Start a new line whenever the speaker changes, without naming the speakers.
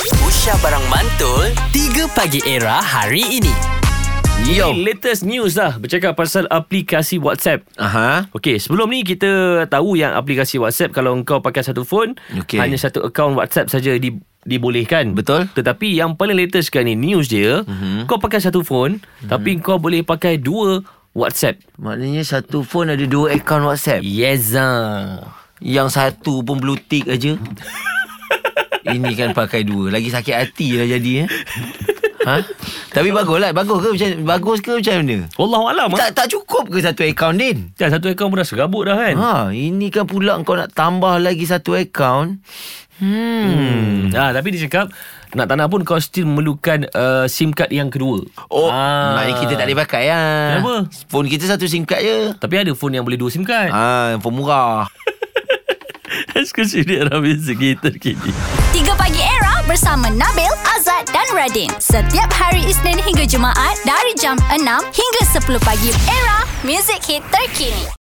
Aisyah Barang Mantul 3 Pagi Era hari ini
Yo.
Yo. Ini latest news lah Bercakap pasal aplikasi WhatsApp
Aha.
Okey, sebelum ni kita tahu yang aplikasi WhatsApp kalau engkau pakai satu phone,
Okey.
hanya satu akaun WhatsApp saja di dibolehkan.
Betul. Mhm.
Tetapi yang paling latest sekarang ni news dia, mm-hmm. kau pakai satu phone, mm-hmm. tapi kau boleh pakai dua WhatsApp.
Maknanya satu phone ada dua akaun WhatsApp.
Yes.
Yang satu pun blue tick aja. Ini kan pakai dua. Lagi sakit hati lah jadi eh. Ha? Tapi bagus lah. Bagus ke macam bagus ke macam mana?
Wallahualam.
Tak tak cukup ke satu akaun Din?
Dah satu akaun pun dah serabut dah kan.
Ha, ini kan pula kau nak tambah lagi satu akaun. Hmm.
Hmm. Ah, tapi dia cakap nak tak nak pun kau still memerlukan uh, SIM card yang kedua.
Oh,
Ah.
maknanya kita tak boleh pakai lah.
Kenapa?
Phone kita satu SIM card je.
Tapi ada phone yang boleh dua SIM card.
Ah, phone murah.
Ekskursi dia ramai segi terkini.
3 Pagi Era bersama Nabil, Azad dan Radin. Setiap hari Isnin hingga Jumaat dari jam 6 hingga 10 pagi. Era, music hit terkini.